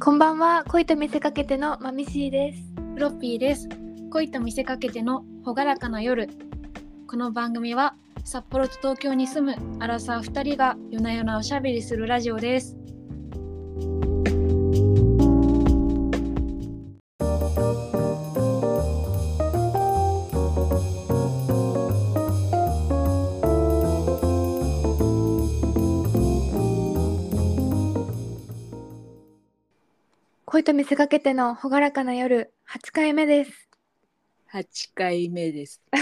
こんばんは恋と見せかけてのまみしーですフロッピーです恋と見せかけての朗らかな夜この番組は札幌と東京に住むアラサー2人が夜な夜なおしゃべりするラジオです恋と見せかけての朗らかな夜8回目です8回目です。 8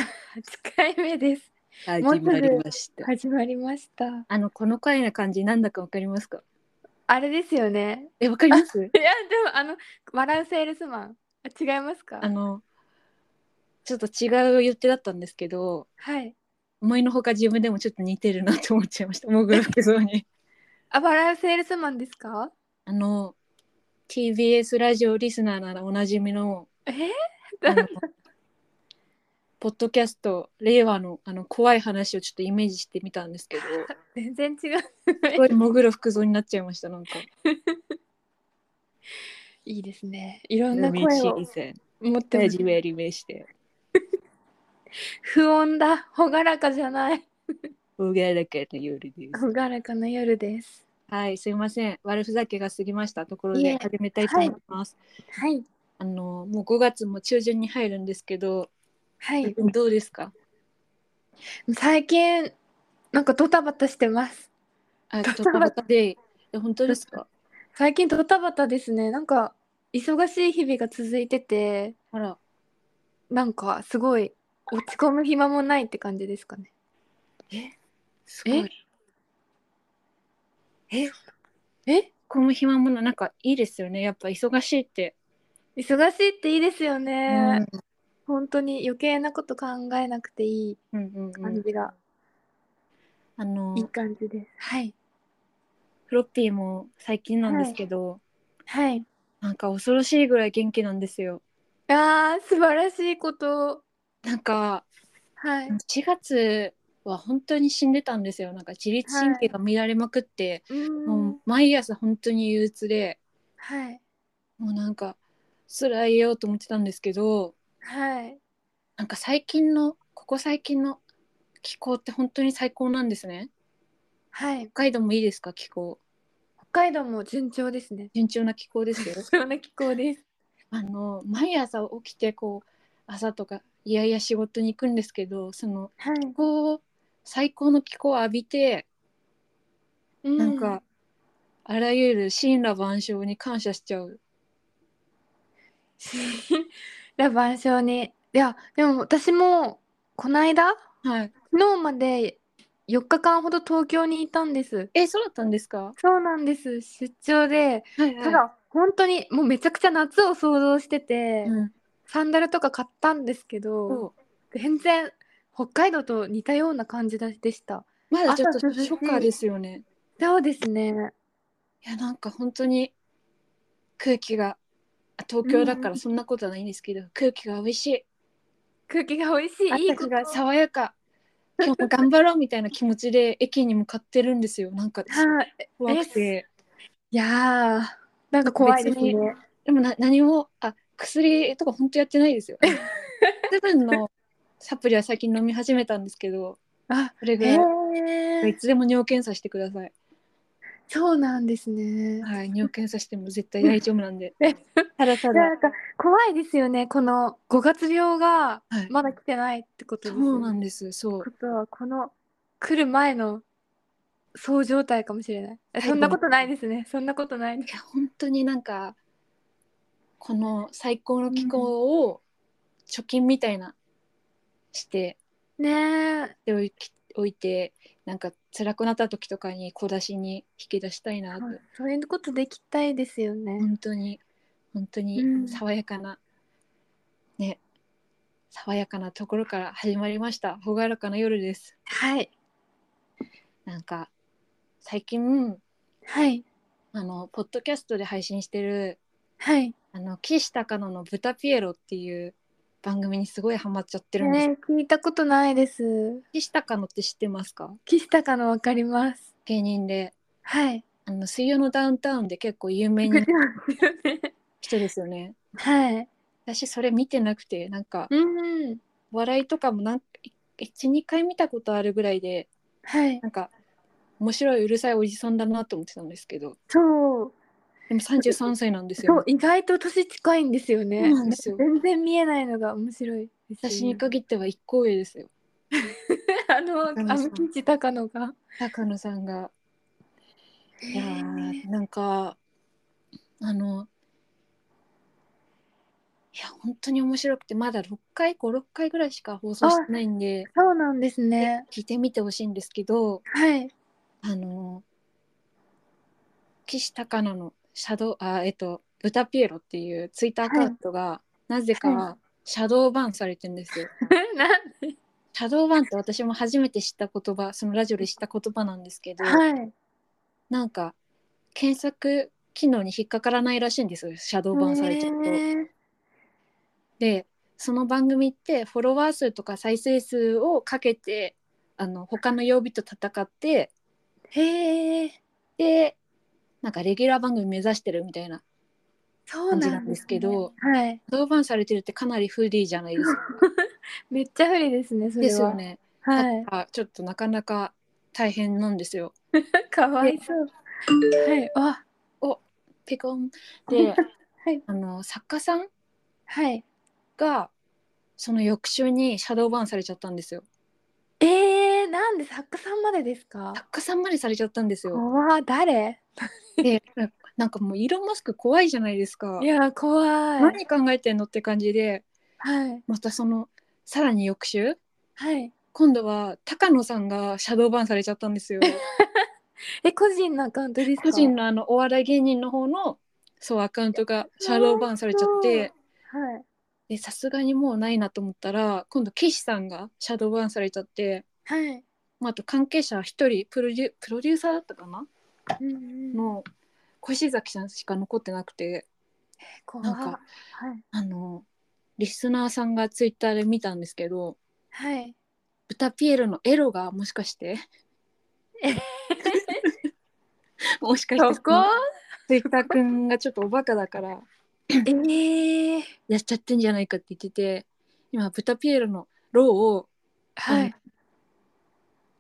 回目です始もうますぐりました。始まりましたあの、この回の感じ、なんだかわかりますかあれですよねえ、わかり ますいやでもあの笑うセールスマンあ違いますかあの、ちょっと違う予定だったんですけど、はい思いのほか自分でもちょっと似てるなと思っちゃいま した。もぐらけそうに。あ笑うセールスマンですかあの、TBS ラジオリスナーならおなじみの、えあのポッドキャスト、令和のあの怖い話をちょっとイメージしてみた んですけど、全然違うすごいもぐら服装になっちゃいました、なんか。いいですねいろんな声を持ってま大す事めりめして、不穏だ朗らかじゃないおがらかな夜です。朗らかな夜ですはい、すみません。悪ふざけが過ぎましたところいえで始めたいと思います。はいあのもう5月も中旬に入るんですけど、はいどうですか？最近なんかドタバタしてますあ、ドドタタババタで、え本当ですか？最近ドタバタですねなんか忙しい日々が続いててあら、なんかすごい落ち込む暇もないって感じですかねすごい。え、えこの暇ものなんかいいですよね。やっぱ忙しいって。忙しいっていいですようね、ん本当に余計なこと考えなくていいうんうんう感ん。じが、あのいい感じですはいフロッピーも最近なんですけど、はいなんか恐ろしいぐらい元気なんですよ。あー素晴らしいことなんかはい4月は本当に死んでたんですよ。なんか自律神経が乱れまくって。うーんもう毎朝本当に憂鬱ではいもうなんか辛いよと思ってたんですけどはいなんか最近のここ最近の気候って本当に最高なんですねはい北海道もいいですか気候北海道も順調です ね順調な気候です よ順調な気候ですあの毎朝起きてこう朝とかいやいや仕事に行くんですけどそのはい気候を最高の気候を浴びてななんか、あらゆる神羅万象に感謝しちゃう 羅万象にいやでも私もこの間はい昨日まで4日間ほど東京にいたんですえそうだったんですかそうなんです出張ではいただ本当にもうめちゃくちゃ夏を想像してて、うんサンダルとか買ったんですけどそう全然北海道と似たような感じでしたまだちょっと朝涼しい初夏ですよね。そうですねいやなんか本当に空気があ東京だかうらんそんなことはないんですけど、空気が美味しい空気が美味しいいいこ朝とが爽やか今日も頑張ろうみたいな気持ちで駅に向かってるんですよなんかはい怖くていやーなんか怖いですね別でもな何もあ薬とか本当やってないですよ セブンのサプリは最近飲み始めたんですけどあそれぐへらえい、いつでも尿検査してくださいそうなんですねはい尿検査しても絶対大丈夫なんでただただなんか怖いですよねこの五月病がはいまだ来てないってことそです、ねうなんですそうことはこの来る前のそう状態かもしれないえ最そ後のんなことないですねそんなことないいや本当になんかこの最高の気候を貯金みたいなしてねえおいきおいてなんか辛くなった時とかに小出しに引き出したいなと、そういうことできたいですよね本当に本当うんに爽やかな、ね爽やかなところから始まりました朗らかな夜ですはいなんか最近はいあのポッドキャストで配信してるはいあの岸高野の「豚ピエロ」っていう番組にすごいハマっちゃってるんですよねえ聞いたことないです岸高野って知ってますか岸高のわかります芸人ではいあの水曜のダウンタウンで結構有名な人ですよね。 はい。私それ見てなくてなんかうん。笑いとかもなんか12回見たことあるぐらいではい。なんか面白いうるさいおじさんだなと思ってたんですけどそう。でも33歳なんですそうよ。意外と年近いんですよそねうなんですよ全然見えないのが面白いですよね、私に限っては一個上ですよ。 あの高野さんあの吉高野が高野さんがいやへーなんかあのいや本当に面白くてまだ6回56回ぐらいしか放送してないんでそうなんですね聞いてみてほしいんですけどはい あの岸高野のシャドウあえっと「ブタピエロ」っていうツイッターアカウントが、なぜはかシャドーバンされてるんですよ。なんシャドーバンって私も初めて知った言葉そのラジオで知った言葉なんですけど、はいなんか検索機能に引っかからないらしいんですよシャドーバンされちゃうと。へーでその番組ってフォロワー数とか再生数をかけてあの他の曜日と戦ってへえでなんかレギュラー番組目指してるみたいなそう感じななんんでですすねけどはいシャドーバンされてるってかなりフリーじゃないですか。めっちゃ不利です ねそれはですよね。はいだからちょっとなかなか大変なんですよ。かわいそうはいあピコ ンで、はいあの作家さんはいがその翌週にシャドーバンされちゃったんですよ。えー、なんで作家さんまでですか作家さんまでされちゃったんですよ。怖誰でなんかもうイーロン・マスク怖いじゃないですかい。や怖い何考えてんのって感じではいまたそのさらに翌週はい今度は高野さんがシャドーバンされちゃったんですよ。え個人のアカウントですか個人のあのお笑い芸人の方のそうアカウントがシャドーバンされちゃってはいでさすがにもうないなと思ったら今度岸さんがシャドーバンされちゃって、はいまあ、あと関係者一人プロデュプロデューサーだったかなうんうんの越崎さんしか残ってなくて怖なんかはいあのリスナーさんがツイッターで見たんですけど、はい豚ピエロのエロがもしかして もしかしてそこツイッターくんがちょっとおバカだからえー、やっちゃってんじゃないかって言ってて今豚ピエロのローをはい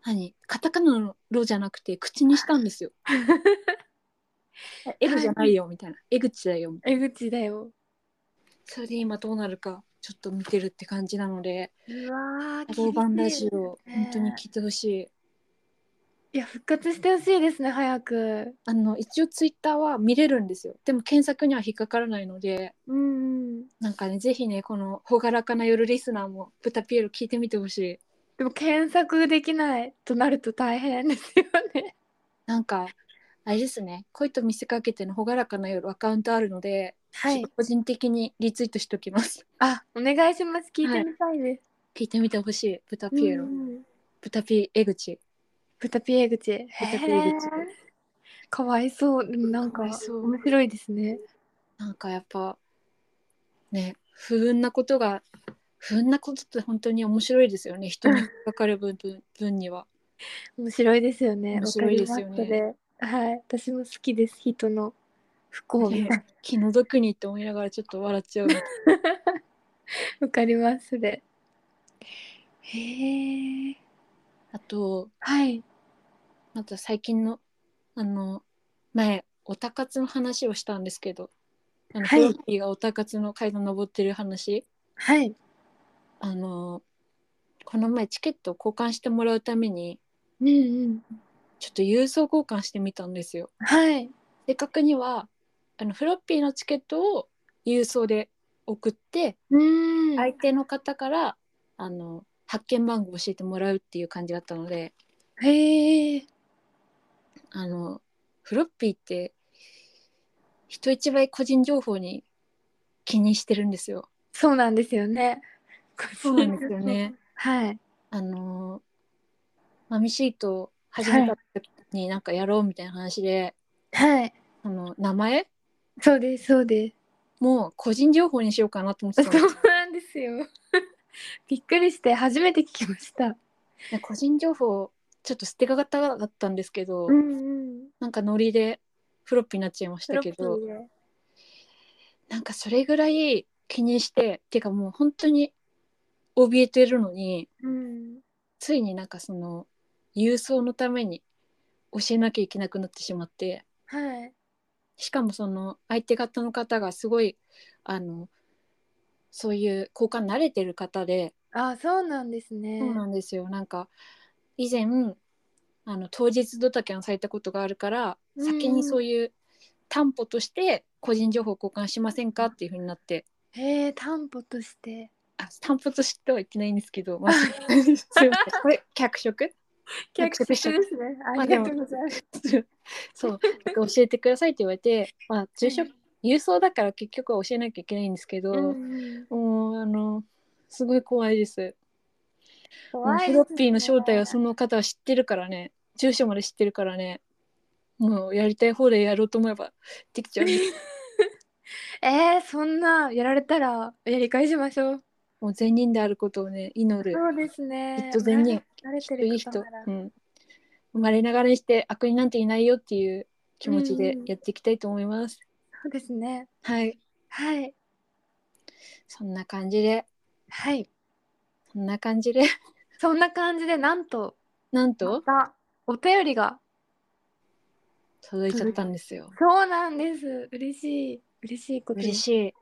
何カタカナのローじゃなくて口にしたんですよエロじゃないよみたいなエグチだよみたいな江口だよそれで今どうなるかちょっと見てるって感じなのでうわー銅板ラジ厳しいですねオ本当に聞いてほしいいや復活してほしいですね早くあの一応ツイッターは見れるんですよでも検索には引っかからないのでうんうんなんかね、ぜひね、この朗らかな夜リスナーも、ブタピエロ聞いてみてほしい。でも検索できないとなると大変ですよねなんか、あれですね、恋と見せかけての朗らかな夜アカウントあるので、はいちょっと個人的にリツイートしときます。あお願いします聞いてみたいです、聞いてみてほしい、ブタピエロ。うんうんブタピエグチ。ブタピエ口へタピエ口ーかわいそうでもなんかかわいそう面白いですねなんかやっぱ、ね、不運なことが、不運なことって本当に面白いですよね、人に引っかかる分分分には。面白いですよね面白いですよねわかりますそれはい私も好きです人の不幸みたいなね気の毒にって思いながらちょっと笑っちゃう。 わかりますそれ。へえ。あと、はい。また最近のあの前オタ活の話をしたんですけどあの、はいフロッピーがオタ活の階段登ってる話はい。あのこの前チケットを交換してもらうためにうんうん。ちょっと郵送交換してみたんですよ。はい。正確にはあのフロッピーのチケットを郵送で送ってうん。相手の方からあの発券番号を教えてもらうっていう感じだったのでへえ。あのフロッピーって人一倍個人情報に気にしてるんですよ。そうなんですよね。そうなんですよ。ね。 はい。あのマミシートを始めた時になんかやろうみたいな話で、はい。あの名前そうです。そうでもう個人情報にしようかなと思ってす。たそんです うなんですよ。びっくりして初めて聞きました。で個人情報ちょっと捨てがたかったんですけど、んうん。なんかノリでフロッピーになっちゃいましたけどなんかそれぐらい気にしてっていうかもう本当に怯えてるのにうん、ついになんかその郵送のために教えなきゃいけなくなってしまってはい。しかもその相手方の方がすごいあのそういう交換慣れてる方であ、そうなんですね。そうなんですよなんか以前あの当日ドタキャンされたことがあるからうん先にそういう担保として個人情報交換しませんかっていうふうになってへえ、担保として。あ担保としてはいけないんです けど、まあ、すいませんこれ脚色脚色ですねね。ありがとうございます。 そうなんか教えてくださいって言われて、まあ、住所郵送だから結局は教えなきゃいけないんですけど、うん、もうあのすごい怖いです。怖いですフねロッピーの正体はその方は知ってるからね住所まで知ってるからねもうやりたい方でやろうと思えばできち ゃうえー、そんなやられたらやり返しましょう。もう善人であることをね祈るそうですね。きっと善人慣れきてっといいる人方なら、うん、生まれながらにして悪人なんていないよっていう気持ちでやっていきたいと思います、そうですね。はいはい。そんな感じではい。そんな感じでそんな感じで、なんと、なんまとたお便りが。届いちゃったんですよそうなんです。嬉しい。嬉しいことに嬉しい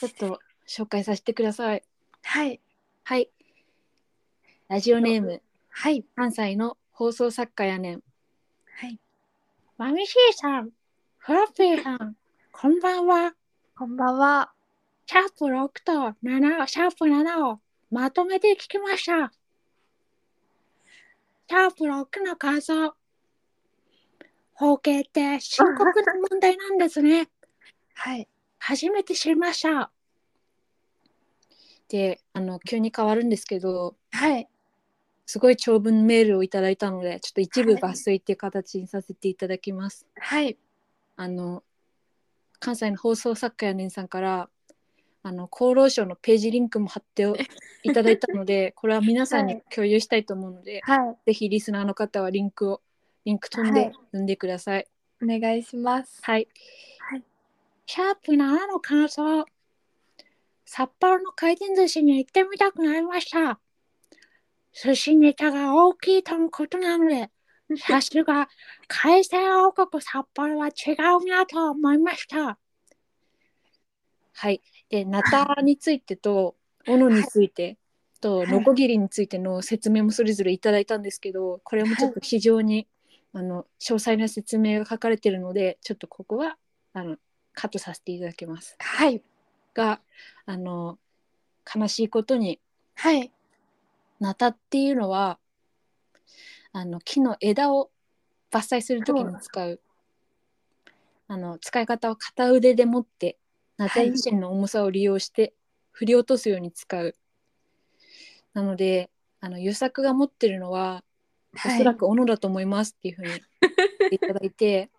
ちょっと紹介させてくださいはい。はいラジオネームはい。関西の放送作家やねんはい。マミシーさん、フラッピーさん、こんばんは。こんばんは。シャープ6と7、シャープ7をまとめて聞きました。シャープ6の感想。包茎って深刻な問題なんですね。はい。初めて知りました。で、あの、急に変わるんですけど、はい。すごい長文メールをいただいたので、ちょっと一部抜粋っていう形にさせていただきます。はい。あの関西の放送作家やねんさんからあの厚労省のページリンクも貼っておいただいた のでこれは皆さんはに共有したいと思うので、はい。ぜひリスナーの方はリンクをリンク飛んではい読んでください。お願いします。はい。はいシャープ7の感想札幌の回転寿司に行ってみたくなりました。寿司ネタが大きいとのことなのでさすが海鮮王国札幌は違うなと思いました。はい。で、ナタについてと、斧についてと、はいノコギリについての説明もそれぞれいただいたんですけど、これもちょっと非常に、あの詳細な説明が書かれているので、ちょっとここはあのカットさせていただきます。はい。が、あの悲しいことに、はい。ナタっていうのはあの木の枝を伐採する時に使うあの使い方を片腕で持ってナタ自身の重さを利用して振り落とすように使う、なのであの湯作が持ってるのはおはそらい。く斧だと思いますっていうふうに言っていただ いて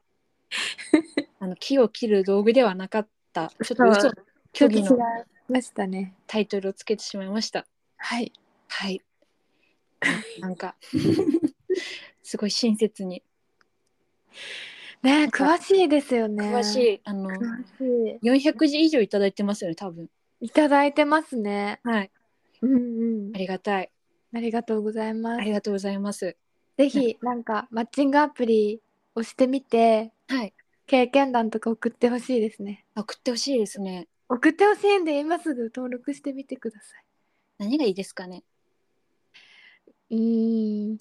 あの木を切る道具ではなかったちょっと嘘そうちょ虚っと偽違いのましたね。タイトルをつけてしまいました。はい。 はい。ななんかすごい親切にねえんか詳しいですよね。詳しい、あの詳し400字以上いただいてますよね多分い。いただいてますね。はいうんうんあ。りがたいありがとうございまあす。りがとうございますぜひなんかマッチングアプリをしてみてはい経験談とか送ってほしいですね。あ送ってほしいですね送ってほしいんで今すぐ登録してみてくださ何がいいですかねい。うーん。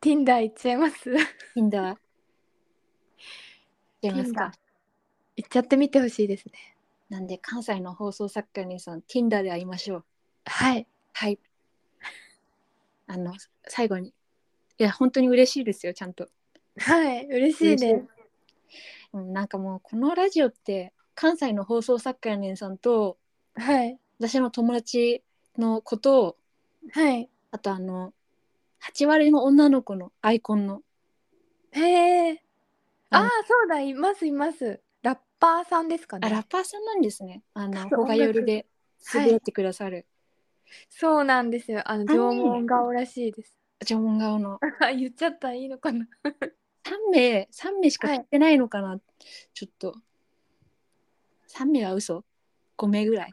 Tinder 行っちゃいます。ヒンダー出ますか行っちゃってみてほしいですね。なんで関西の放送作家にさん Tinder で会いましょうはい。はいあの最後にいや本当に嬉しいですよちゃんとはい。嬉しい嬉しでいうんなんかもうこのラジオって関西の放送作家やねんさんとす。はい。私の友達のことをはい。あとあの8割の女の子のアイコンのへえ。あああの、そうだ、います、います。ラッパーさんですかあねラ。ッパーさんなんですねあのそうほが寄りで滑ってくださる、そうなんですよ。あの、あいいね縄文顔らしいです。縄文顔のあ言っちゃったらいいのかな。 3名3名しか聞いてないのかな、ちょっと3名は嘘5名ぐらい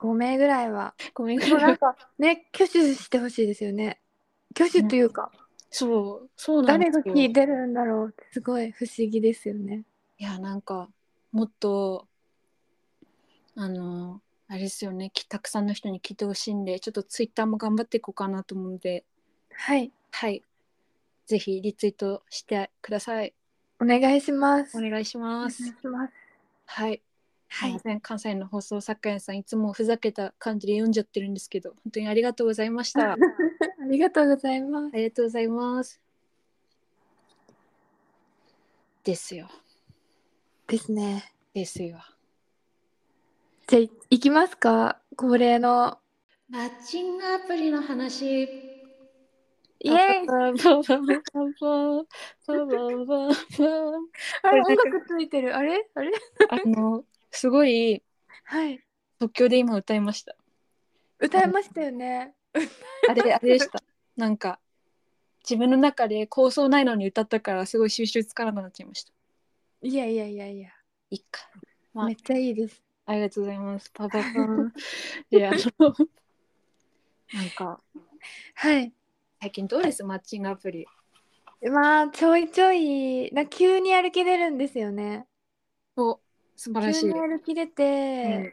5名ぐらいは。 5名ぐでもらないんかね、挙手してほしいですよね。挙手というか、そうそうなんで誰すがよ聞いてるんだろうってすごい不思議ですよね。いやなんかもっとあのあれですよねきたくさんの人に聞いてほしいんでちょっとツイッターも頑張っていこうかなと思うのではい、はいぜひリツイートしてくださいお願いします。お願いしまお願すいします。はいすはいまい、せん関西の放送作家さんいつもふざけた感じで読んじゃってるんですけど本当にありがとうございましたあありがとうございます。りがとうございますですよですね。ですよじゃあ、い行きますか恒例の。マッチングアプリの話イエーイパパパパパパパパあれ音楽ついてる。あれあれパあのすごいはい。即興で今歌いました。歌いましたよね。あれあれでした。なんか自分の中で構想ないのに歌ったからすごい収集つかなくなっちゃいました。いやいやいやいや。いっか。まあめっちゃいいです。ありがとうございます。パパパ。 であのなんかはい。最近どうですマッチングアプリ。まあ、ちょいちょい、な急にやる気出るんですよね。お素晴らし急いに。やる気出て、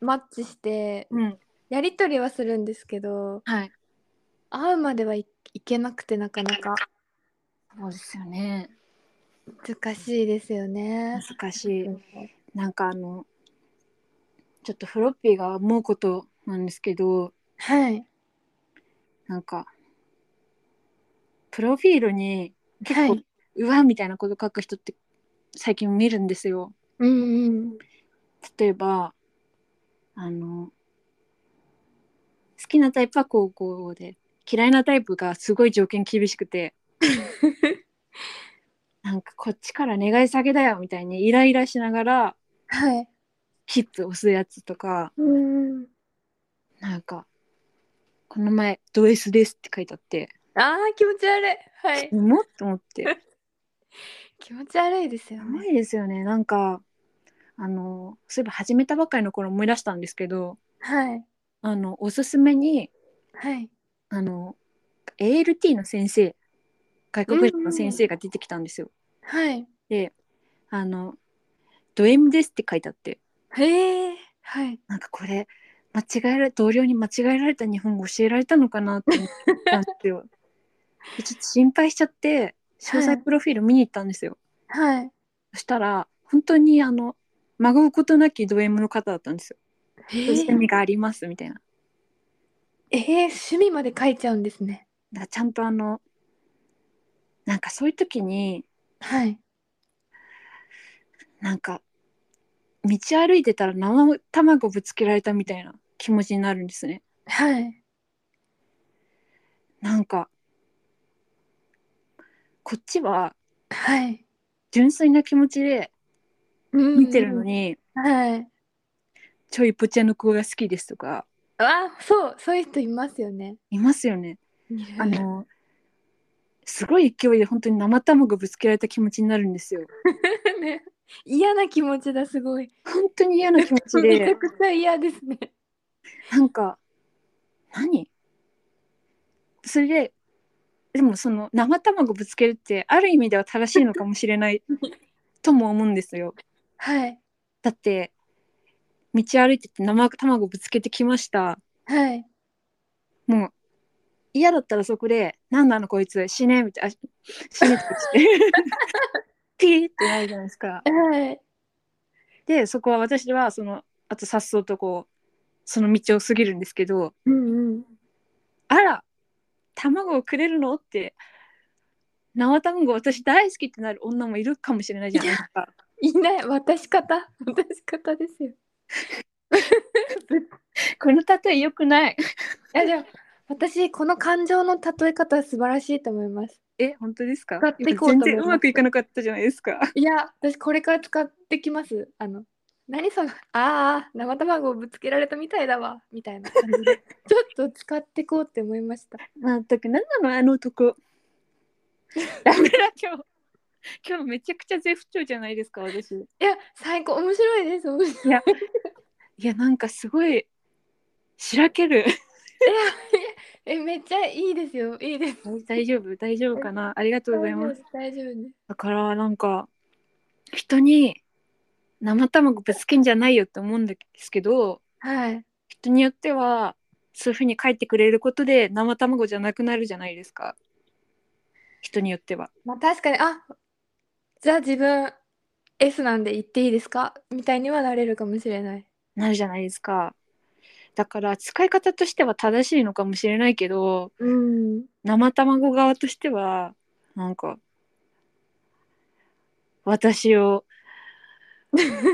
マッチして、うん、うん、やり取りはするんですけど、はい。会うまではい、いけなくてなかなかそうですよね。難しいですよね。難しい。なんかあのちょっとフロッピーが思うことなんですけどはい。なんかプロフィールに結構、はい。うわみたいなこと書く人って最近見るんですよ。うんうん。例えばあの好きなタイプは高校で嫌いなタイプがすごい条件厳しく てなんかこっちから願い下げだよみたいにイライラしながらはい。キッズ押すやつとか。うんうん。なんか、この前、ド S ですって書いてあって、ああ、気持ち悪い。はい。うもっと思って、や気持ち悪いですよばね。いですよね。なんか、あの、そういえば始めたばかりの頃思い出したんですけど、はい。あの、おすすめに、はい。あの、ALT の先生、外国人の先生が出てきたんですよ。はい。で、あの、ド M ですって書いてあって、へえ。はい。なんかこれ、間違えられ、同僚に間違えられた日本語教えられたのかなって思ったんですよ。でちょっと心配しちゃって、詳細プロフィール見に行ったんですよ。はい。そしたら本当にあのまごうことなきド M の方だったんですよ。趣味がありますみたいな。えー、趣味まで書いちゃうんですね。だからちゃんとあのなんかそういう時にはい。なんか道歩いてたら生卵ぶつけられたみたいな気持ちになるんですね。はい。なんかこっちははい。純粋な気持ちで見てるのに。に、はい。ちょいぽっちゃの子が好きですとかあ、そう、そういう人いますよね。いますよね。いあのすごい勢いで本当に生卵ぶつけられた気持ちになるんですよ。る ね。嫌な気持ちだ、すごい。本当に嫌な 気持ちめちゃでくちゃ嫌ですね。なんか何それででもその生卵ぶつけるってある意味では正しいのかもしれないとも思うんですよはい。だって道歩いてて生卵ぶつけてきましたはい。もう嫌だったらそこで「なんなのこいつ死ね」みたいな「死ね」って言ってピーってなるじゃないですかはい。でそこは私はそのあとさっそうとこうその道を過ぎるんですけどうんうん。あら卵をくれるのって生卵私大好きってなる女もいるかもしれないじゃないですか。いない、渡し方。渡し方ですよ。この例え良くない。いや、でも、私、この感情の例え方は素晴らしいと思います。え本当ですか使っていこうと思い全ます然うまくいかなかったじゃないですか。いや、私これから使ってきます。あの、何その、ああ、生卵をぶつけられたみたいだわ、みたいな感じ で。ちょっと使ってこうって思いました。まったく何なのあの男。ダメだ今日。今日めちゃくちゃ絶不調じゃないですか私いいや最高面白いです面白いやいやなんかすごいしらけるえめっちゃいいですよいいです大丈夫大丈夫かなありがとうございます大丈夫ですだからなんか人に生卵ぶつけんじゃないよって思うんですけどはい人によってはそういうふうに書いてくれることで生卵じゃなくなるじゃないですか人によってはまあ確かにあじゃあ自分 S なんで言っていいですかみたいにはなれるかもしれないなるじゃないですかだから使い方としては正しいのかもしれないけどうん生卵側としてはなんか私を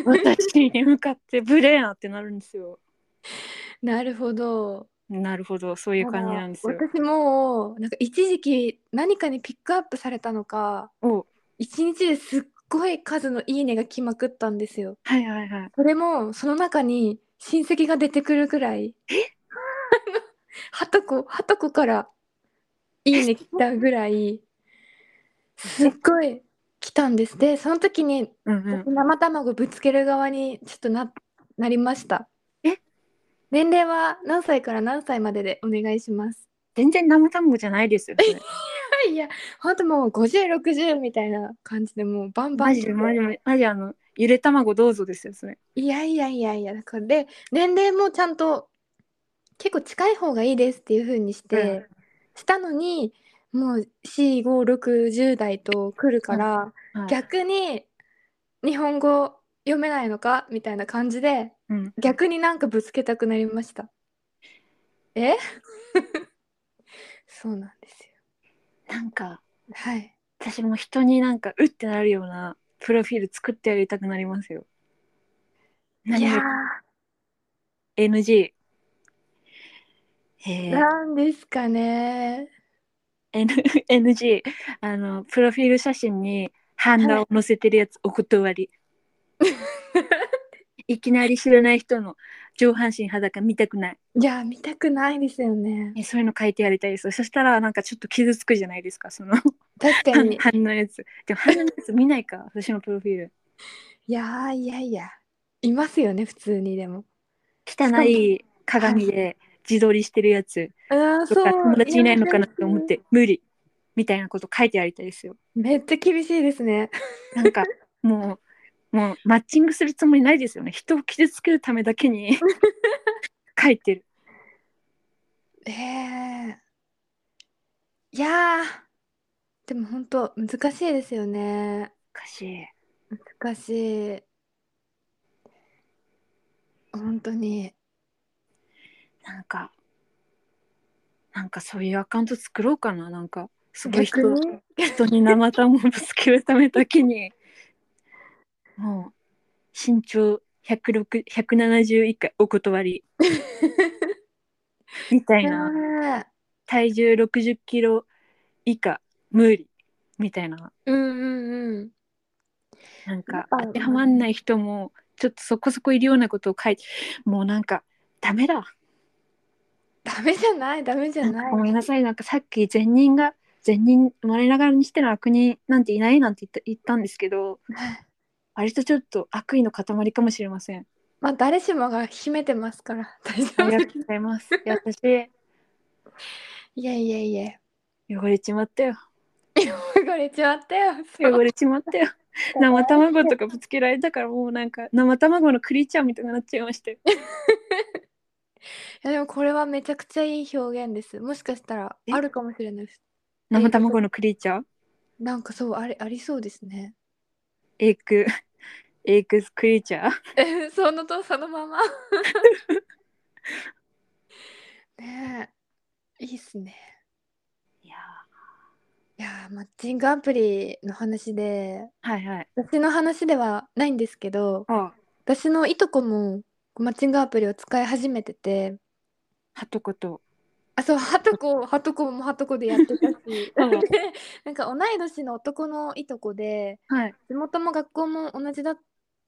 私に向かって無礼なってなるんですよなるほどなるほどそういう感じなんですよただ私もなんか一時期何かにピックアップされたのかお一日ですっごい数の「いいね」が来まくったんですよはいはいはいそれもその中に親戚が出てくるくらいえ はとこはとこから「いいね」来たぐらいすっごい来たんですでその時にうんうん生卵ぶつける側にちょっとななりましたえ年齢は何歳から何歳まででお願いします全然生卵じゃないですよそれはいいやほんともう5060みたいな感じでもうバンバマンジでマジでマジあのゆで卵どうぞですよそれいやいやいやいやだからで年齢もちゃんと結構近い方がいいですっていう風にして、したのにもう4560代と来るから、はい逆に日本語読めないのかみたいな感じでうん逆になんかぶつけたくなりましたえ そうなんですよなんかはい私も人になんかうってなるようなプロフィール作ってやりたくなりますよい何や NG えーーなんですかね N NG あのプロフィール写真にハンダを載せてるやつお断りいきなり知らない人の上半身裸見たくないいや見たくないですよねえそういうの書いてやりたいですそしたらなんかちょっと傷つくじゃないですかその確か反 に反応のやつでも反応のやつ見ないか私のプロフィールいやーいやいやいますよね普通にでも汚い鏡で自撮りしてるやつあとか友達いないのかなって思って無理みたいなこと書いてやりたいですよめっちゃ厳しいですねなんかもうもうマッチングするつもりないですよね人を傷つけるためだ けに書いてるええいやーでも本当難しいですよねおかしい難しい本当になんかなんかそういうアカウント作ろうかななんかすごい人逆に人に生卵ぶつけるためだけにもう身長106 170以下お断りみたいなねえ体重60キロ以下無理みたいなうんうんうんなんやっかぱ当てはまんない人もちょっとそこそこいるようなことを書いてもうなんかダメだダメじゃないダメじゃないごめんなさいなんかさっき善人が善人生まれながらにしての悪人なんていないなんて言った言ったんですけどはい割とちょっと悪意の塊かもしれません。まあ誰しもが秘めてますから大丈ありが夫とうござい ます。いや私いやいやいや汚れちまったよ汚れちまったよ汚れちまったよ生卵とかぶつけられたからもうなんか生卵のクリーチャーみたいになっちゃいましたよ。いやでもこれはめちゃくちゃいい表現です。もしかしたらえあるかもしれないです。生卵のクリーチャーなんかそうあれありそうですね。エイクエイクスクリーチャーえ そのとそのまま。 ねえいいっすね。いやいやーマッチングアプリの話でーはいはい。私の話ではないんですけどああ私のいとこもマッチングアプリを使い始めててはとこと。あそうはとこはとこもはとこでや ってたしうんでなんか同い年の男のいとこではい。地元も学校も同じだっ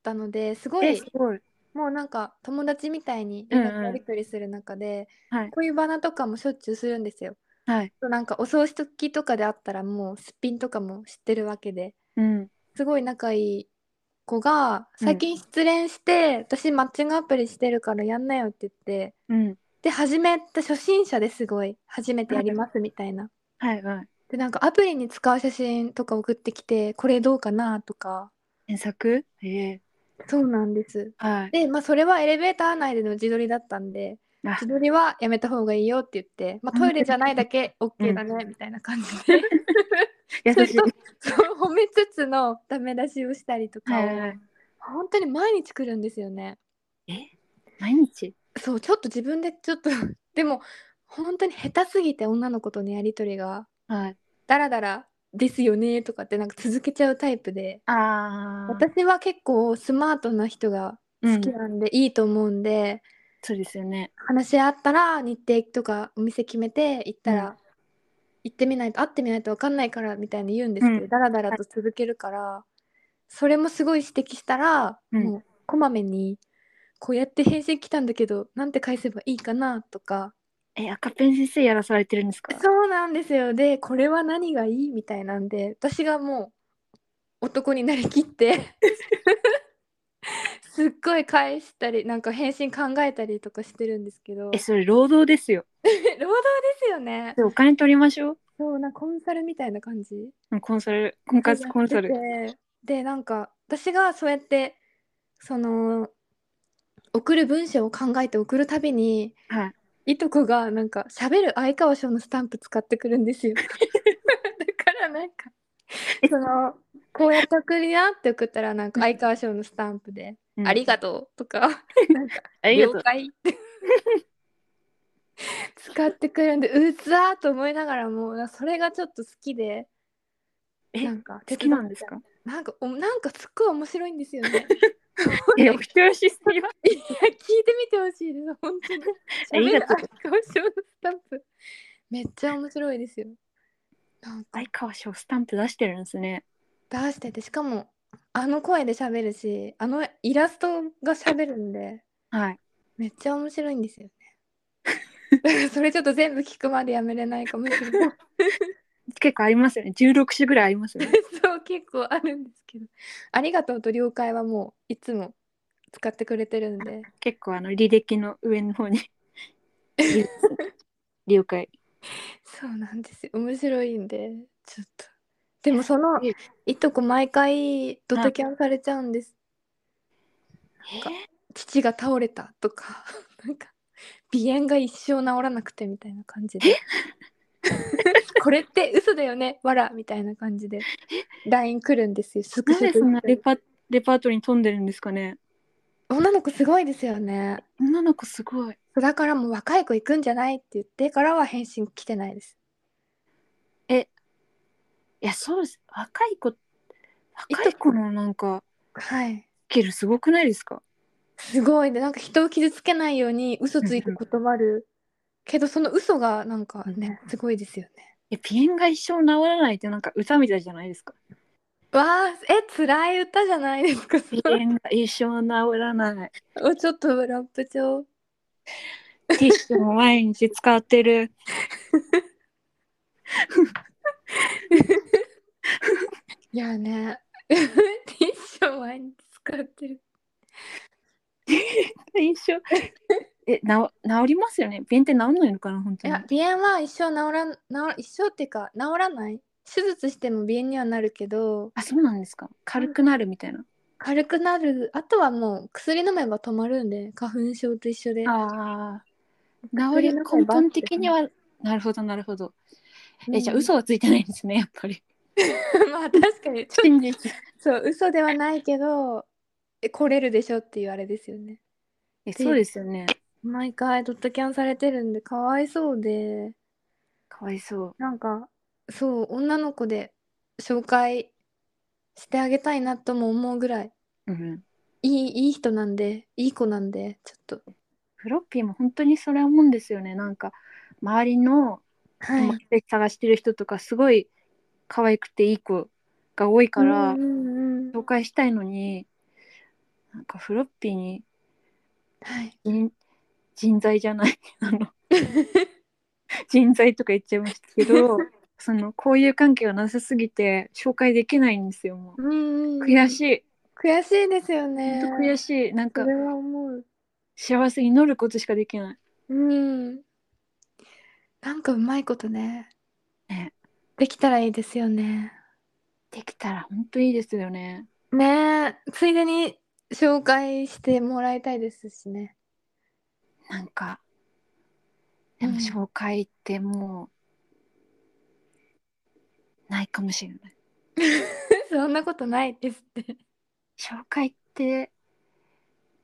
たのですごえ、いすごい。もうなんか友達みたいにうんうん連絡やり取りする中で、はいこういうバナとかもしょっちゅうするんですよ。はい。なんかお葬式とかであったらもうすっぴんとかも知ってるわけでううん。すごい仲いい子がうん最近失恋して、私マッチングアプリしてるからやんなよって言ってうん。で初めて初心者ですごい初めてやりますみたいな。はいはい。でなんかアプリに使う写真とか送ってきてこれどうかなとか検索ええそうなんです。はい。でまあそれはエレベーター内での自撮りだったんであ自撮りはやめた方がいいよって言って、まあ、トイレじゃないだけ OK だねみたいな感じで優それしい。とそう褒めつつのダメ出しをしたりとかを、はいはいはい。本当に毎日来るんですよね。毎日そうちょっと自分でちょっと でも本当に下手すぎて女の子とのやり取りがはい。ダラダラですよねとかってなんか続けちゃうタイプでああ。私は結構スマートな人が好きうん。なんで、いいと思うんでそうですよね。話し合ったら日程とかお店決めて行ったら、うん行ってみないと会ってみないと分かんないからみたいに言うんですけど、うんダラダラと続けるからそれもすごい指摘したら、うんもうこまめにこうやって返信来たんだけどなんて返せばいいかなとかえ、赤ペン先生やらされてるんですかそうなんですよでこれは何がいいみたいなんで私がもう男になりきってすっごい返したりなんか返信考えたりとかしてるんですけど労え、働それ労働ですよ。ですよねでお金取りましょうそうなコンサルみたいな感じうん。コンサル、婚活コンサル。ででなんか私がそうやってその送る文章を考えて送るたびにはい。いとこがなんか喋る相川翔のスタンプ使ってくるんです よだからなんかそのこうやって送りなって送ったらなんか相川翔のスタンプで「ありとがとう」とかうん。ありがと了う。解 って使ってくるんでうつわーと思いながらもうそれがちょっと好きでえなんか好きなんですかなんかおなんかすっごい面白いんですよねいやい や、お人よしすぎます。聞いてみてほしいです本 あ当にりがとう喋る相川翔のスタンプめっちゃ面白いですよなんか相川翔スタンプ出してるんですね。出しててしかもあの声で喋るしあのイラストが喋るんではい。めっちゃ面白いん ですよねだからそれちょっと全部聞くまでやめれないかもしれない結構ありますよね。16種ぐらいありますよね。そう結構あるんですけど「ありがとう」と「了解」はもういつも使ってくれてるんで結構あの履歴の上の方 に了解そうなんですよ面白いんでちょっとでもそのいとこ毎回ドタキャンされちゃうんです父が倒れたとか なんか鼻炎が一生治らなくてみたいな感じで これって嘘だよねわらみたいな感じで LINE 来るんですよすごないんでそんなレパレパートリーに飛んでるんですかね女の子すごいですよね女の子すごいそうだからもう若い子行くんじゃないって言ってからは返信来てないです。いやそうです若い子いとこ若い子のなんかはい。スキルすごくないですかすごいでなんか人を傷つけないように嘘ついて断 るけどその嘘がなんかねすごいですよね。いや鼻炎が一生治らないってなんか歌みたいじゃないですかわあえ辛い歌じゃないですか。そ鼻れ炎が一生治らないをちょっとラップ調。ティッシュも毎日使ってるいやねティッシュを毎日使ってる。一 生えな治りますよね鼻炎って治んないのかな本当いにや鼻炎は一生治らん治ら一生っていうか治らない。手術しても鼻炎にはなるけどあそうなんですか軽くなるみたいな軽くなるあとはもう薬飲めば止まるんで花粉症と一緒で。ああ。そ治れりなんか根本的には。なるほどなるほど。えじゃあ嘘はついてないんですねやっぱり。 まあ確かにちょっ真実。とそう嘘ではないけどえ来れるでしょっていうあれですよね えそうですよね。毎回ドットキャンされてるんでかわいそうでかわいそう。なんかそう女の子で紹介してあげたいなとも思うぐらいうん。いいいい人なんでいい子なんでちょっとフロッピーも本当にそれ思うんですよね。なんか周りのは友達探してる人とかすごい可愛くていい子が多いからうんうんうん紹介したいのになんかフロッピーにはい人 人材じゃないあの人材とか言っちゃいましたけどその交友関係がなさすぎて紹介できないんですよもうんう悔しい悔しいですよ本ね当悔しいなんそかれは思う幸せ祈ることしかできないうんなんかうまいことねねできたらいいですよねできたら本当いいですよねねえついでに紹介してもらいたいですしねなんかでもうん紹介ってもうないかもしれない そんなことないですって。紹介って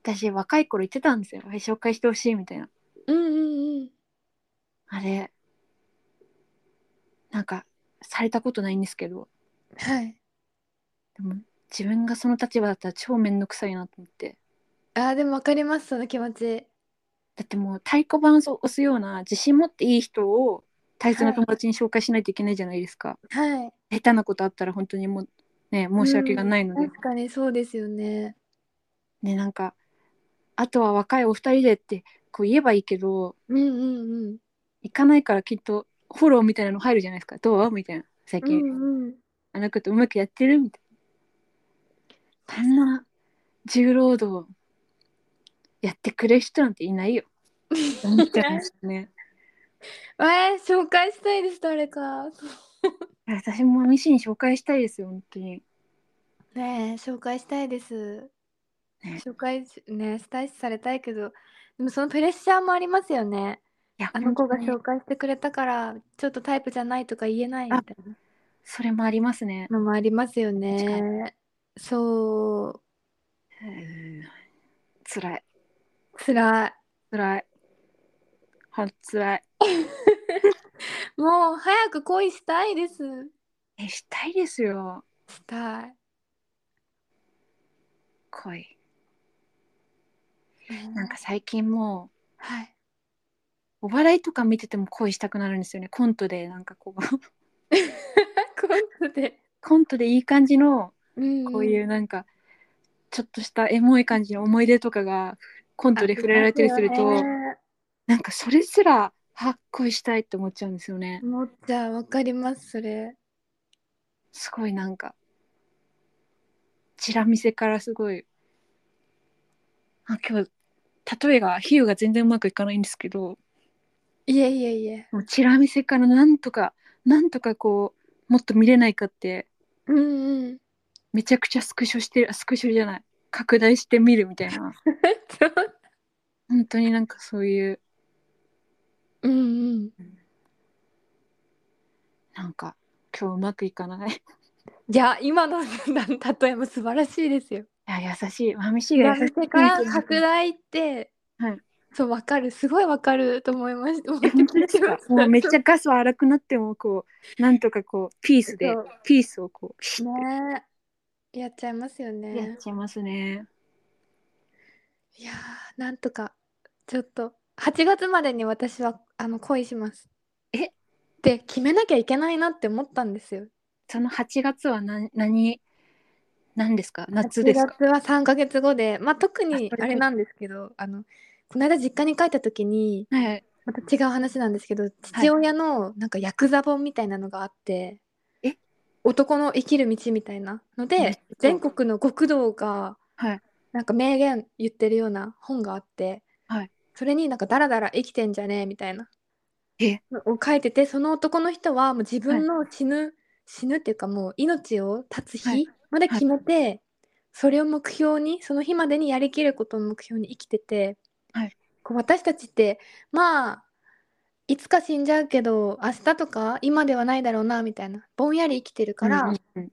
私若い頃言ってたんですよあれ紹介してほしいみたいなうんうんうん。あれなんかされたことないんですけどはい。でも自分がその立場だったら超面倒くさいなと思ってあーでもわかりますその気持ち。だってもう太鼓判を押すような自信持っていい人を大切な友達に紹介しないといけないじゃないですか、はい。下手なことあったら本当にもうね申し訳がないので、確かにそうですよね。ねなんかあとは若いお二人でってこう言えばいいけどうんうんうん。行かないからきっとフォローみたいなの入るじゃないですかどうみたいな最う近、んうん。あのことうまくやってるみたいなあんな重労働やってくれる人なんていないよ思っちゃいましたねえー、紹介したいです誰か。私もミシン紹介したいですよ本当にねえ紹介したいです。ね紹介しねしたいしされたいけどでもそのプレッシャーもありますよね。いやあの子が本当に紹介してくれたからちょっとタイプじゃないとか言えないみたいな。それもありますねのもありますよ確かね。そうつ辛らいい。つらいほんとつらいもう早く恋したいです。えしたいですよしたい。恋なんか最近もはい。うお笑いとか見てても恋したくなるんですよねコントでなんかこう今度で。コントでいい感じのうんこういうなんかちょっとしたエモい感じの思い出とかがコントで触れられたりすありるまとよねなんかそれすらあ恋したいって思っちゃうんですよね思っちゃうわかりますそれ。すごいなんかチラ見せからすごいあ今日例えが比喩が全然うまくいかないんですけどいえいえいえ。もうチラ見せからなんとかなんとかこうもっと見れないかってうんうん。 めちゃくちゃスクショしてるあスクショじゃない拡大してみるみたいな本当になんかそういううんうん。なんか今日うまくいか ないいいや今の 例えも素晴らしいですよ。や優しいまみしいやが優しめいてから拡大って。はいそうわかるすごいわかると思いました。思って本当ですきま かしたもうめっちゃガスは荒くなってもこうなんとかこうピースでそうピースをこうシュッねえやっちゃいますよてやっね。ちゃいますねいやーなんとかちょっと8月までに私はあの恋します。えって決めなきゃいけないなって思ったんですよ。その8月は何何何ですか夏です8か月は3ヶ月後で、まあ、特にあそれあれなんですけどあのこの間実家に帰った時にはいまた違う話なんですけど父親のなんかヤクザ本みたいなのがあって、え男の生きる道みたいなの面で白そう全国の極道がはいなんか名言言ってるような本があって、はいそれになんかダラダラ生きてんじゃねえみたいなえを書いててその男の人はもう自分の死ぬ、死ぬっていうかもう命を絶つは日いまで決めて、それを目標にその日までにやりきることを目標に生きてて、はいこう私たちってまあいつか死んじゃうけど明日とか今ではないだろうなみたいなぼんやり生きてるから、うんうんうん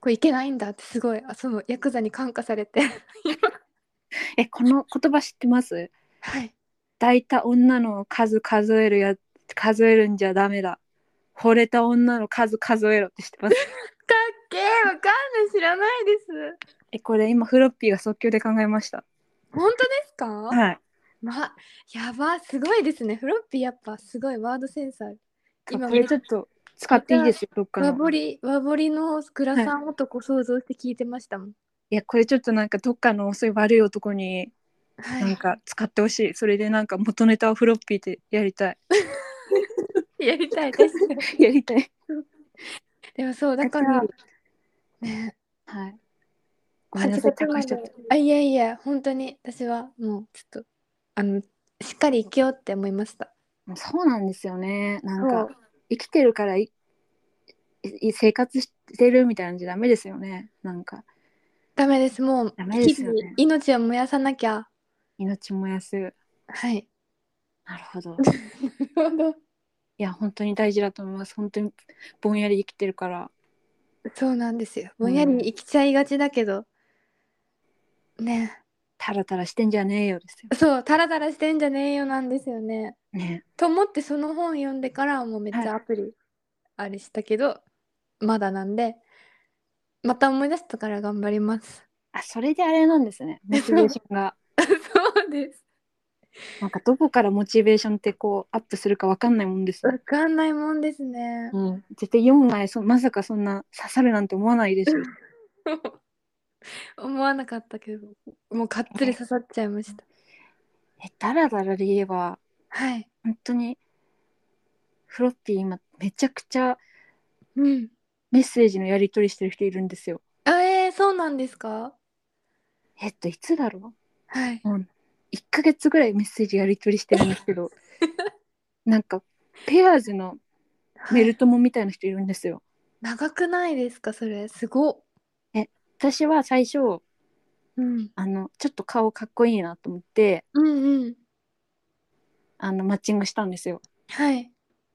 こういけないんだってすごいあそのヤクザに感化されてえこの言葉知ってますはい抱いた女の数数えるや数えるんじゃダメだ惚れた女の数数えろって知ってますかっけえわかんない知らないです えこれ今フロッピーが即興で考えました本当ですか、はいまあ、やばすごいですねフロッピーやっぱすごいワードセンサー今これちょっと使っていいですよどっか和の彫り和彫りのグラサン男想像して聞いてましたもんいやこれちょっとなんかどっかのそういう悪い男にはい、なんか使ってほしい、それでなんか元ネタをフロッピーでやりたい やりたいです やりたいそっでもそうだからねはいごめんな8さい月高ましちゃっであいやいや本当に私はもうちょっとあのしっかり生きようって思いましたたそうなんですよねなそんかう生きてるからいい生活してるみたいなんじゃダメですよねなんかダメですもうダメで日すよ々ね命を燃やさなきゃ命燃やすはいなる ほどなるほどいや本当に大事だと思います本当にぼんやり生きてるからそうなんですよぼんやり生きちゃいがちだけど、ねタラタラしてんじゃねえよですよそうタラタラしてんじゃねえよなんですよねねと思ってその本読んでからもうめっちゃアプリあれしたけど、まだなんでまた思い出したから頑張ります。 あそれであれなんですねモチベーション がそうです。なんかどこからモチベーションってこうアップするかわかんないもんですわね、かんないもんですね。うん、絶対4枚そまさかそんな刺さるなんて思わないでしょ 思わなかったけど、もうかっつり刺さっちゃいました。えダラダラで言えばはい。本当にフロッピー今めちゃくちゃうん。メッセージのやり取りしてる人いるんですよあえー、そうなんですかえっといつだろうはい。 1ヶ月ぐらいメッセージやり取りしてるんですけ どなんかペアーズのメルトモみたいな人いるんですよ。長くないですかそれ。すごっ。私は最初うん。あのちょっと顔かっこいいなと思ってうんうん。あのマッチングしたんですよ。はい。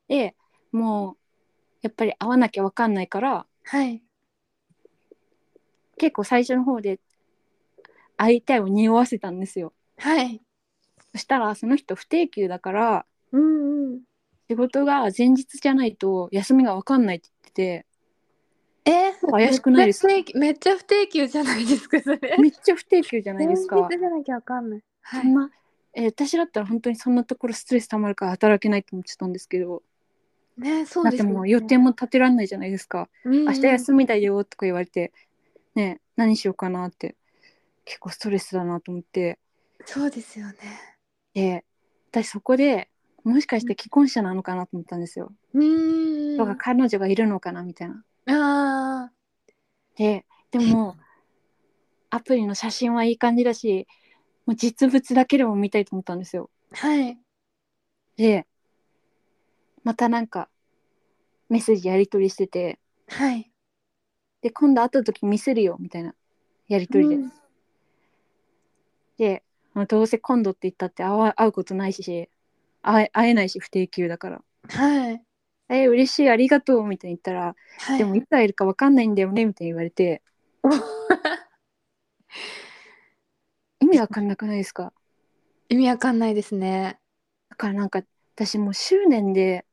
でもうやっぱり会わなきゃわかんないからはい。結構最初の方で会いたいを匂わせたんですよ。はい。そしたらその人不定休だからうんうん。仕事が前日じゃないと休みがわかんないって言ってえて怪しくないですかめっちゃ不定めっちゃ不定休じゃないですかそれ。めっちゃ不定休じゃないですか。前日じゃなきゃわかんない。はそんな、えー私だったら本当にそんなところストレスたまるから働けないと思ってたんですけど、い。ね、そうだっでてすもう予定も立てられないじゃないですか、明明日休みだよとか言われてね何しようかなって結構ストレスだなと思ってそうですよね。で私そこでもしかして既婚者なのかなと思ったんですよ、うーとかん。彼女がいるのかなみたいな。ああ。ででもアプリの写真はいい感じだしもう実物だけでも見たいと思ったんですよ。はい。でまたなんかメッセージやり取りしててはい。で今度会った時見せるよみたいなやり取りで、うんでまあどうせ今度って言ったって会わ会うことないし会え会えないし不定休だからはい。 「え嬉しいありがとう」みたいに言ったら「はい。でもいつ会えるか分かんないんだよね」みたいに言われ て意味わかんなくないですか意味わかんないですね。だからなんか私もう執念で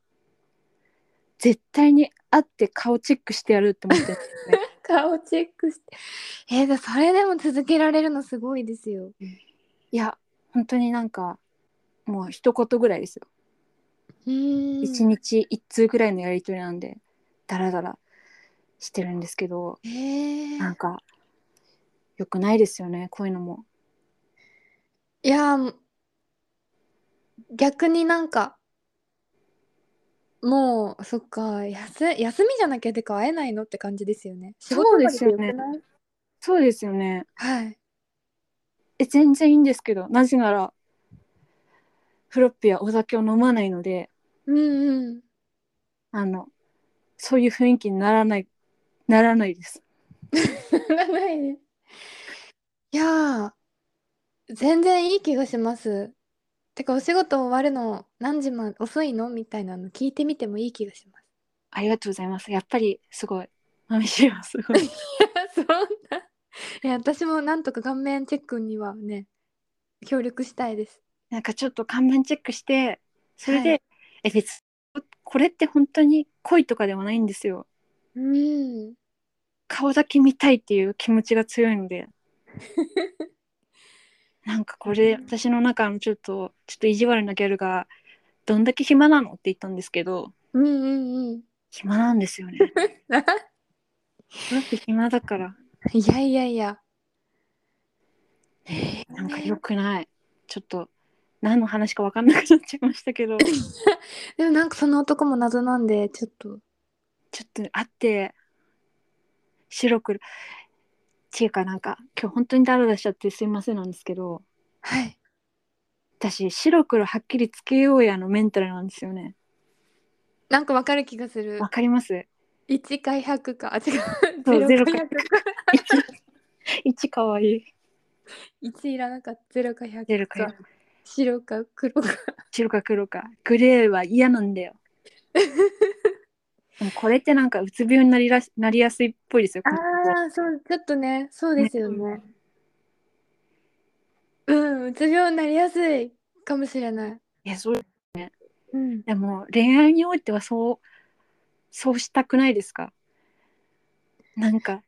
絶対に会って顔チェックしてやるって思ってるんですよね顔チェックして。えー、でそれでも続けられるのすごいですよ。いや本当になんかもう一言ぐらいですようーん。一日一通ぐらいのやり取りなんでダラダラしてるんですけどえなんー、か良くないですよねこういうのもいやー逆になんかもうそっか休休みじゃなきゃてか会えないのって感じですよね。仕事そうですよね終わりでよくないそうですよねはい。え全然いいんですけどなぜならフロッピーはお酒を飲まないのでうんうん。 あのそういう雰囲気にならないならないですならないねいやー全然いい気がします。てかお仕事終わるの何時まで遅いのみたいなの聞いてみてもいい気がします。ありがとうございますやっぱりすごいまみしいすごい そんな。いや、私もなんとか顔面チェックにはね、協力したいです。なんかちょっと顔面チェックしてそれで、はいえ別これって本当に恋とかではないんですようん。顔だけ見たいっていう気持ちが強いの でなんかこれ私の中のちょっとちょっと意地悪なギャルが「どんだけ暇なの?」って言ったんですけどうんうんうん。暇なんですよねだって暇だから いやいやいや。なんか良くないちょっと何の話か分かんなくなっちゃいましたけどでもなんかその男も謎なんで、ちょっとちょっと会って白黒っていうかなんか今日本当にダラダラしちゃってすいませんなんですけどはい。私白黒はっきりつけようやのメンタルなんですよねなんかわかる気がするわ。かります一回百か、あ違そうう。ゼゼロロかか100百。一かわいい一いらなかった。ゼロか百。ゼロか100。白か黒か。白か黒かグレーは嫌なん だよでもこれってなんかうつ病になりらしなりやすいっぽいですよああ、そう、ちょっとね、そうですよね。うん、うつ病になりやすいかもしれない。いやそううん。でも恋愛においてはそうそうしたくないですかなんか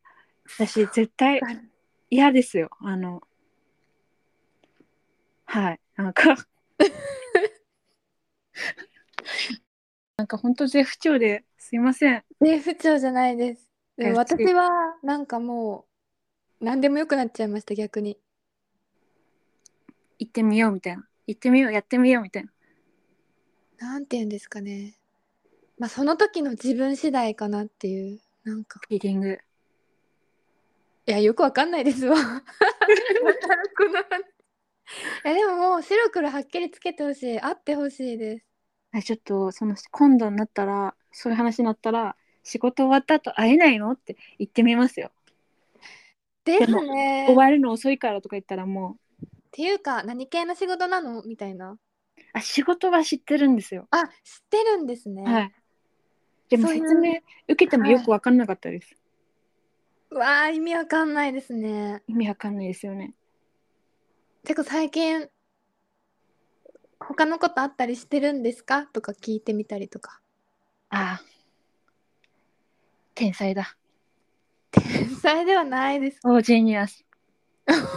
私絶対かる嫌ですよあのはいなんかなんかほんと絶不調ですいませんね、不調じゃないです。でもいや私は、なんかもう、何でもよくなっちゃいました、逆に。行ってみようみたいな行ってみようやってみようみたいななんて言うんですかね。まあ、その時の自分次第かなっていう、なんか。フィーリングいや、よくわかんない ですわ。だからこの話いや、でももう、白黒はっきりつけてほしい。あってほしいです。あちょっとその今度になったらそういう話になったら仕事終わった後会えないのって言ってみますよ、ですもね。終わるの遅いからとか言ったらもうっていうか何系の仕事なのみたいなあ仕事は知ってるんですよ。あ知ってるんですね、はい。でもそういう説明受けてもよく分かんなかったです。うわあ意味わかんないですね意味わかんないですよね。てか最近他のことあったりしてるんですかとか聞いてみたりとか ああ。天才だ。天才ではないですオージーニアス。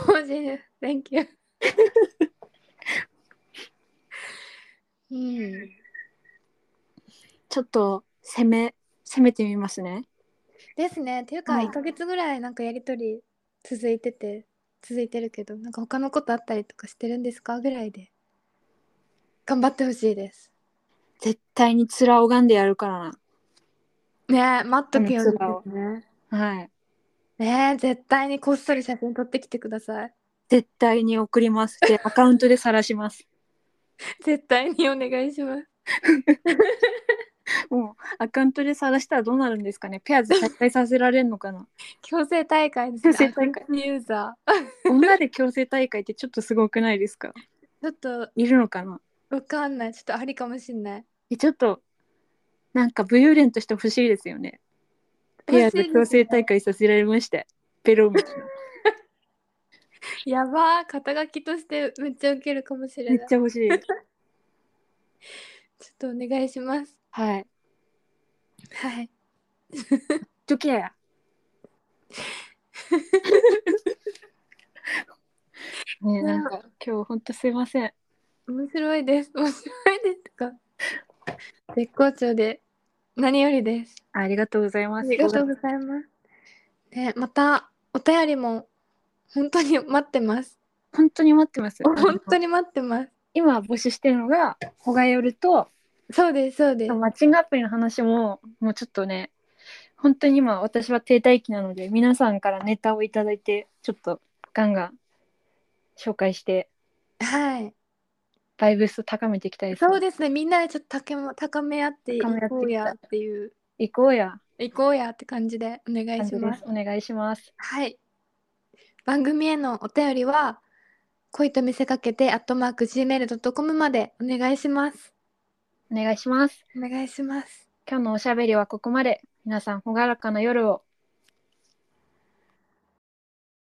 マジで Thank you うんちょっと攻め攻めてみますね。ですねっていうかはい1ヶ月ぐらいなんかやりとり続いてて続いてるけどなんか他のことあったりとかしてるんですかぐらいで頑張ってほしいです絶対に面拝んでやるからねえ待っとけよこの唾をねな。はい。ねえ絶対にこっそり写真撮ってきてください絶対に送ります。でアカウントで晒します。絶対にお願いします もうアカウントで晒したらどうなるんですかね。ペアーズ再開させられるのかな。強制大会ですね強制大会アカウントユーザー女で強制大会ってちょっとすごくないですか。ちょっといるのかな。わかんないちょっとありかもしんないえちょっとなんか武勇伝としてほしいですよね。ペア欲でしい強ですね制大会させられました。ペロみたいなやばー肩書きとしてめっちゃウケるかもしれめっないちゃ欲しい。ちょっとお願いしますはい。はいどけや。 ねえなんか今日ほんとすいません。面白いです面白いですか絶好調で何よりですありがとうございまあす。りがとうございます。ね、またお便りも本当に待ってます。本当に待ってます。本当にに待ってます。今募集してるのがほがよるとそうです、そうです。マッチングアプリの話ももうちょっとね本当に今私は停滞期なので皆さんからネタをいただいてちょっとガンガン紹介してはい。バイブスを高めていきたいです、そうですね、みんなでちょっと高め高め合ってい高め合っていきたいこうやっていう、行こうや行こうやって感じでお願い感しじま。ですすお願いしますはい。番組へのお便りは、恋と見せかけて、アットマーク Gmail.com までお願いします。お願いしますお願いします。今日のおしゃべりはここまで皆さんほがらかな夜を